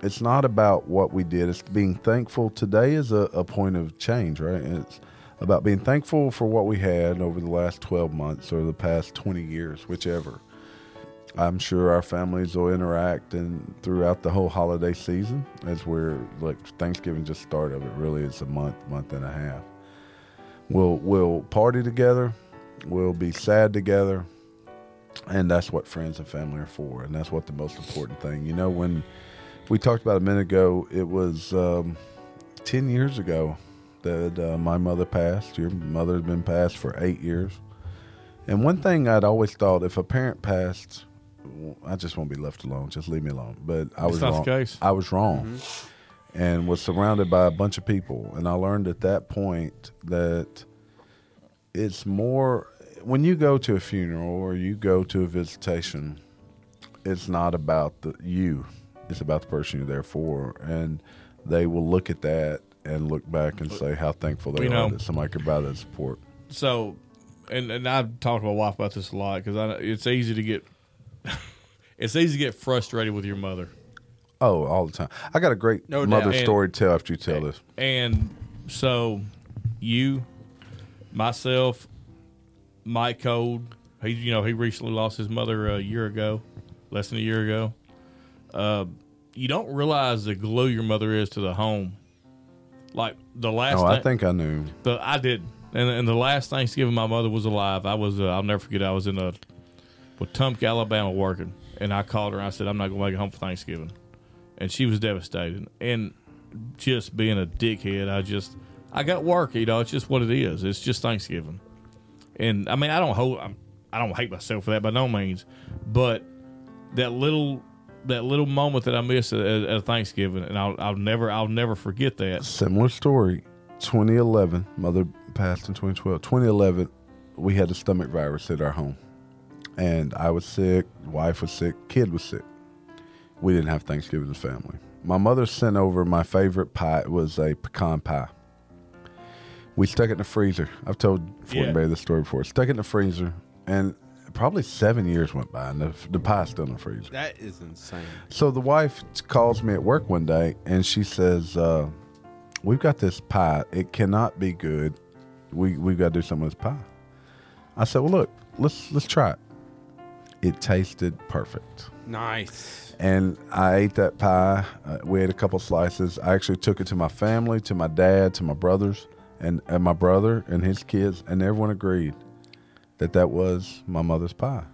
It's not about what we did. It's being thankful. Today is a, a point of change, right? And it's about being thankful for what we had over the last 12 months or the past 20 years, whichever. I'm sure our families will interact and throughout the whole holiday season as we're like Thanksgiving just started of it really it's a month, month and a half. We'll we'll party together, we'll be sad together, and that's what friends and family are for, and that's what the most important thing. You know, when we talked about a minute ago, it was um, ten years ago that uh, my mother passed. Your mother's been passed for eight years. And one thing I'd always thought if a parent passed, I just won't be left alone. Just leave me alone. But I That's was not the wrong. case. Mm-hmm. I was wrong, and was surrounded by a bunch of people. And I learned at that point that it's more when you go to a funeral or you go to a visitation. It's not about the you; it's about the person you're there for, and they will look at that and look back and say how thankful they You are know- that somebody could buy that support. so and and I've talked to my wife about this a lot because I it's easy to get (laughs) it's easy to get frustrated with your mother Oh, all the time. I got a great No doubt. mother And- story to tell after you tell this. and so you myself Mike Code he you know he recently lost his mother a year ago less than a year ago uh, you don't realize the glue your mother is to the home like the last Oh, I thing- think I knew. The, I did, and and the last Thanksgiving my mother was alive, I was uh, I'll never forget. I was in uh Wetumpka, Alabama, working, and I called her. and I said, "I'm not going to make it home for Thanksgiving," and she was devastated. And just being a dickhead, I just I got work. You know, it's just what it is. It's just Thanksgiving, and I mean I don't hold I'm, I don't hate myself for that by no means, but that little. That little moment that I missed at, at Thanksgiving, and I'll, I'll never, I'll never forget that. Similar story. 2011, mother passed in 2012. 2011, we had a stomach virus at our home. And I was sick, wife was sick, kid was sick. We didn't have Thanksgiving as a family. My mother sent over my favorite pie. It was a pecan pie. We stuck it in the freezer. I've told Yeah. Fortenberry this story before. Stuck it in the freezer. And probably seven years went by and the, the pie's still in the freezer. That is insane. So the wife calls me at work one day and she says, uh, We've got this pie. It cannot be good. We, we've got to do something with this pie. I said, Well, look, let's, let's try it. It tasted perfect. Nice. And I ate that pie. Uh, we ate a couple slices. I actually took it to my family, to my dad, to my brothers, and, and my brother and his kids, and everyone agreed that that was my mother's pie.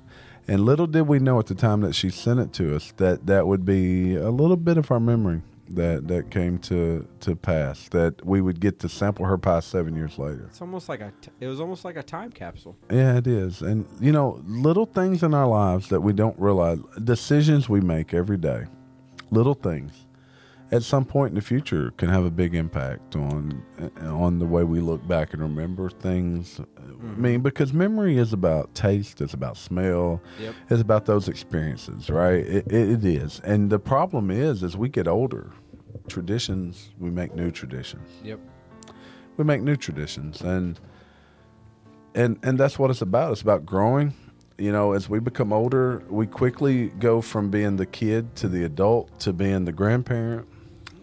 And little did we know at the time that she sent it to us that that would be a little bit of our memory that that came to to pass that we would get to sample her pie seven years later. It's almost like a. T- it was almost like a time capsule. Yeah, it is. And, you know, little things in our lives that we don't realize, decisions we make every day, little things, at some point in the future can have a big impact on uh, on the way we look back and remember things. Uh, I mean, because memory is about taste, it's about smell, Yep. it's about those experiences, right? It, it, it is. And the problem is, as we get older, traditions, we make new traditions Yep. we make new traditions and and and that's what it's about it's about growing you know as we become older we quickly go from being the kid to the adult to being the grandparent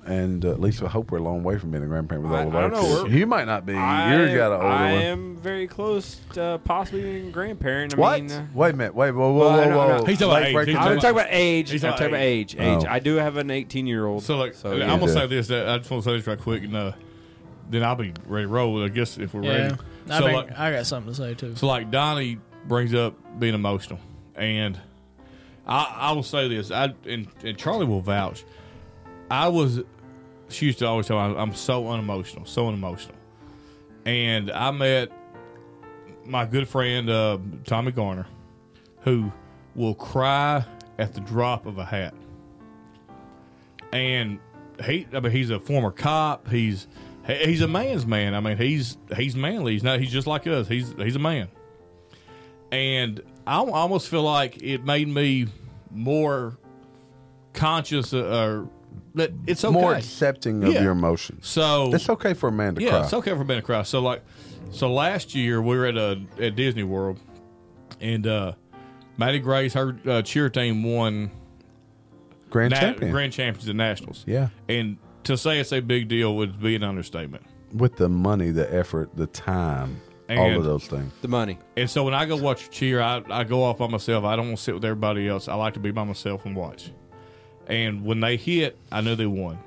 and uh, at least I hope we're a long way from being a grandparent with I- all of I our don't know, kids. we're- You might not be. I- You're got an older I one. am very close to uh, possibly being a grandparent. I what? mean, uh, wait a minute. Wait. Whoa. Whoa. Well, I Whoa. don't Whoa. know. He's talking about Late age. breaking He's I'm news. talking about age. I'm He's talking talking about about age. age. Age. Oh. I do have an 18 year old. So like, so I'm yeah. gonna say this. That, I just want to say this right quick, and uh, then I'll be ready to roll. I guess if we're Yeah. ready. I So think like, I got something to say too. so like Donnie brings up being emotional, and I I will say this. I and, and Charlie will vouch. I was. She used to always tell me I'm so unemotional, so unemotional, and I met my good friend uh, Tommy Garner, who will cry at the drop of a hat. And he, I mean, he's a former cop. He's he- he's a man's man. I mean, he's he's manly. He's not. He's just like us. He's he's a man. And I al- almost feel like it made me more conscious, uh, or that it's okay. More accepting of Yeah. your emotions. so It's okay for a man to yeah, cry. it's okay for being a cry. So like, so last year we were at a at Disney World, and uh Maddie Grace, her uh, cheer team won Grand na- champion. grand champions at nationals. Yeah. and to say it's a big deal would be an understatement. With the money, the effort, the time, all And- of those things. the money. And so when I go watch cheer, I, I go off by myself. I don't want to sit with everybody else. I like to be by myself and watch. And when they hit, I knew they won.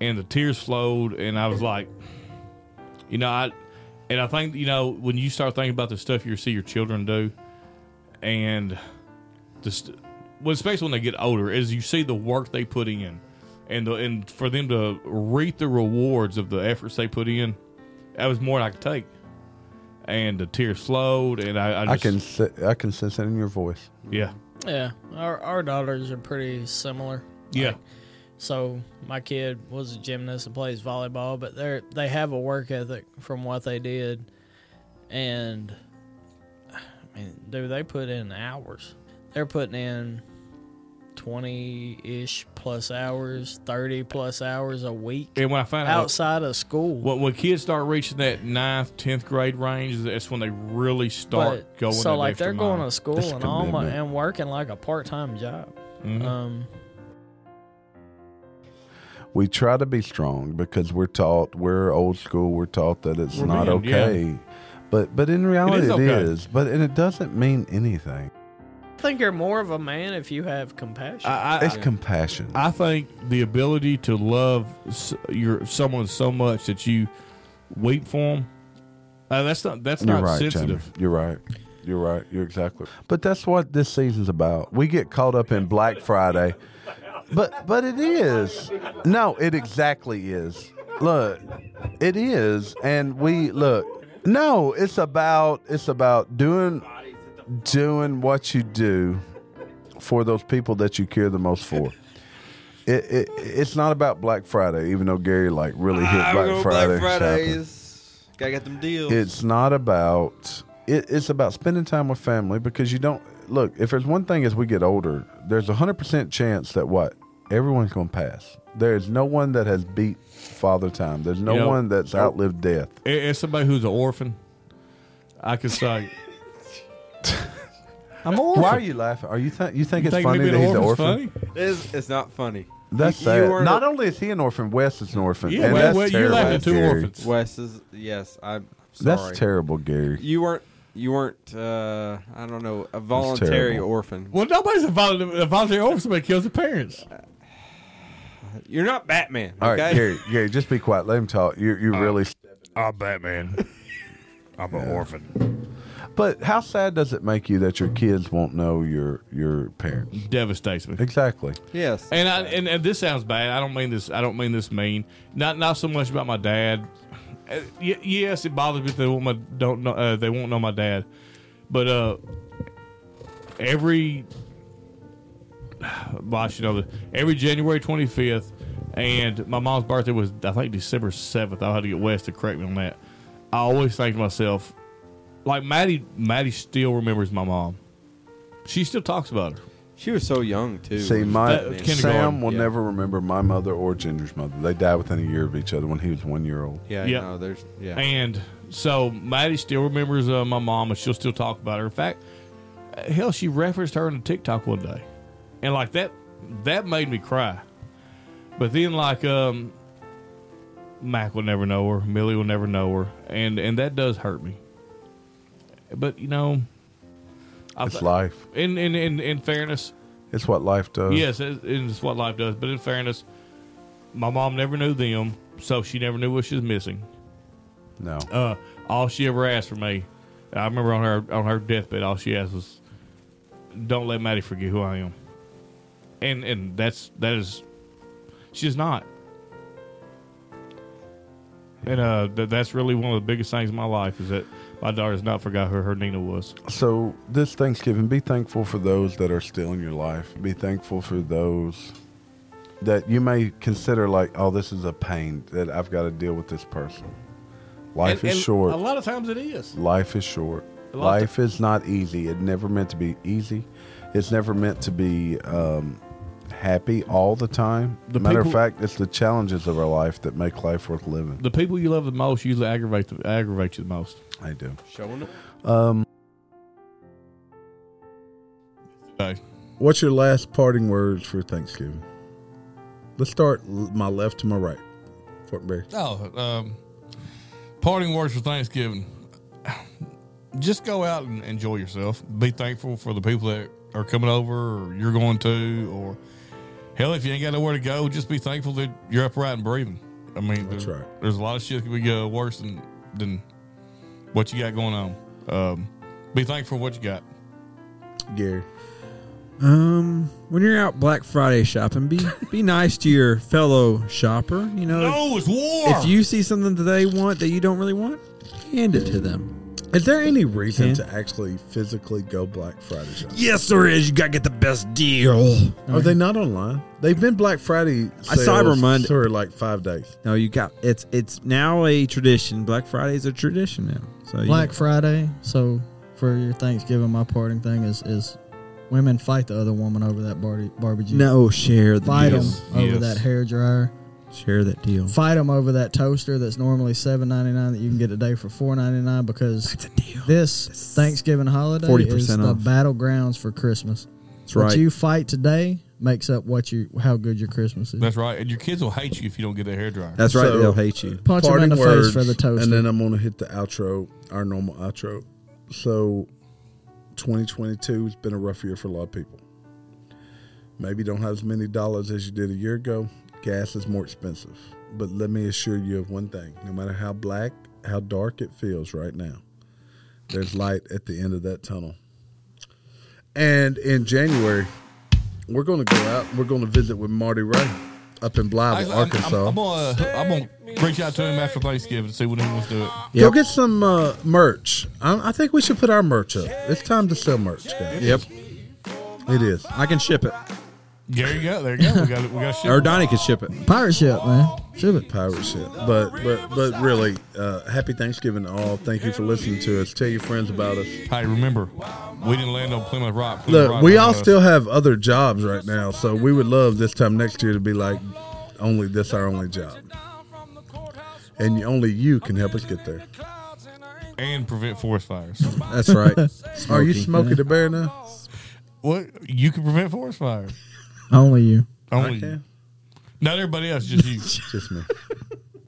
And the tears flowed, and I was like, you know, I, and I think you know when you start thinking about the stuff you see your children do, and just well, especially when they get older, is you see the work they put in, and the, and for them to reap the rewards of the efforts they put in, that was more than I could take. And the tears flowed, and I, I, I just, can se- I can sense it in your voice. yeah, Yeah, our our daughters are pretty similar. yeah, So my kid was a gymnast and plays volleyball, but they they have a work ethic from what they did, and I mean, dude, they put in hours. They're putting in twenty ish plus hours, thirty plus hours a week and when I found out outside of school. When, when kids start reaching that ninth, tenth grade range, that's when they really start But- going. So that like extra they're going mile. to school That's and all commitment. and working like a part time job. Mhm. Um, we try to be strong because we're taught we're old school we're taught that it's We're not men, yeah. okay but but in reality it is, okay. but and it doesn't mean anything I think you're more of a man if you have compassion. I, it's I, compassion I think the ability to love s- your someone so much that you weep for them. that's not that's you're not right sensitive. Jamie. you're right you're right you're exactly but that's what this season's about we get caught up in black friday but but it is no it exactly is look it is and we look no it's about it's about doing doing what you do for those people that you care the most for. It, it it's not about Black Friday, even though Gary like really hit Black Friday. shopping. Fridays. Gotta get them deals. It's not about it, it's about spending time with family because you don't look. If there's one thing as we get older, there's a hundred percent chance that what everyone's gonna pass. There's no one that has beat Father Time. There's no You know- one that's outlived death. It, it's somebody who's an orphan. I can say I'm an orphan. Why are you laughing? Are you think you think You (laughs) it's think funny me that being he's an an orphan? orphan's It's, it's not funny. That's You- you sad. weren't Not a- only is he an orphan, Wes is an orphan. Yeah, and well, that's well, you're terrible, laughing at two Gary. orphans. Wes is yes. I'm sorry. That's terrible, Gary. You weren't. You weren't. Uh, I don't know. A voluntary terrible. orphan. Well, nobody's a volunteer, a volunteer orphan. Somebody kills their parents. You're not Batman. All right, okay? Gary, Gary, just be quiet. Let him talk. You you really. I'm Batman. I'm an orphan. But how sad does it make you that your kids won't know your your parents? Devastates me. Exactly. Yes. And I and, and this sounds bad. I don't mean this. I don't mean this mean. Not not so much about my dad. Uh, y- yes, it bothers me. That they won't my don't know. Uh, they won't know my dad. But uh, every (sighs) well, I should know this. Every January twenty fifth, and my mom's birthday was I think December seventh. I'll have to get Wes to correct me on that. I always think to myself, like Maddie. Maddie still remembers my mom. She still talks about her. she was so young too. See, Uh, my That- Sam kindergarten, will yeah. never remember my mother or Ginger's mother. They died within a year of each other when he was one year old. yeah. Yeah. No, there's. Yeah. And so Maddie still remembers uh, my mom, and she'll still talk about her. In fact, uh, hell, she referenced her on a TikTok one day, and like that, that made me cry. But then, like, um, Mac will never know her, Millie will never know her, and and that does hurt me. But you know, I, It's life. in in in in fairness, It's what life Uh. does. Yes, it- it's what life does. But in fairness, my mom never knew them, so she never knew what she was missing. No. Uh, all she ever asked for me, I remember on her on her deathbed, all she asked was, "Don't let Maddie forget who I am." And and that's that is, she's not. And uh, th- that's really one of the biggest things in my life is that my daughter's not forgot who her Nina was. So this Thanksgiving, be thankful for those that are still in your life. Be thankful for those that you may consider like, oh, this is a pain that I've got to deal with this person. Life And- is and short. A lot of times it is. Life is short. A lot Life is not easy. It never meant to be easy. It's never meant to be um, happy all the time. The Matter people- of fact, it's the challenges of our life that make life worth living. The people you love the most usually aggravate the, aggravate you the most. I do. Showing up. Okay. What's your last parting words for Thanksgiving? Let's start l- my left to my right. Fort Berry. Oh, um, parting words for Thanksgiving. Just go out and enjoy yourself. Be thankful for the people that are coming over or you're going to, or hell, if you ain't got nowhere to go, just be thankful that you're upright and breathing. I mean, That's there's, right. there's a lot of shit that could be uh, worse than, than what you got going on. Um, be thankful for what you got. Gary. Um, when you're out Black Friday shopping, be be nice to your fellow shopper. You know, No, it's war. if you see something that they want that you don't really want, hand it to them. Is there any Mm-hmm. reason to actually physically go Black Friday shopping? Yes, there is. You gotta get the best deal. Are they not online? They've been Black Friday Mm-hmm. I sales Cyber Monday- for like five days. No, you got it's it's now a tradition. Black Friday is a tradition now. So you- Black Friday. So for your Thanksgiving, my parting thing is is women fight the other woman over that Barbie, Barbie Jean. no share the fight deal. them Yes, over yes. that hair dryer. Share that deal. Fight them over that toaster that's normally seven ninety nine that you can get today for four ninety nine because That's a deal. this Thanksgiving holiday is 40% the off. battlegrounds for Christmas. That's right. What you fight today makes up what you how good your Christmas is. That's right. And your kids will hate you if you don't get that hair dryer. That's right. So- they'll hate you. Punch 'em in Parting the words, face for the toaster. And then I'm going to hit the outro, our normal outro. So 2022 has been a rough year for a lot of people. Maybe you don't have as many dollars as you did a year ago. Gas is more expensive. But let me assure you of one thing no matter how black, how dark it feels right now, there's light at the end of that tunnel. And in January, we're going to go out. We're going to visit with Marty Ray up in Blythe, Actually, I'm- Arkansas. I'm, I'm, gonna, uh, I'm gonna reach out to him after Thanksgiving and see when he wants to do it. Go get some uh, merch. I, I think we should put our merch up. It's time to sell merch, guys. Yep. It is. I can ship it. There you go. There you go. We got it. We got shit. Or Donnie can ship it. Pirate ship, man. Should have pirate shit. But but but really, uh, happy Thanksgiving to all. Thank you for listening to us. Tell your friends about us. Hey, remember, we didn't land on Plymouth Rock. Plymouth Look, Rock we landed all on us. still have other jobs right now, so we would love this time next year to be like only this our only job. And only you can help us get there. and prevent forest fires. That's right. Are you Smokey. Smokey the Bear now? What you can prevent forest fires? Only you. Only you. not everybody else, just you. Just me.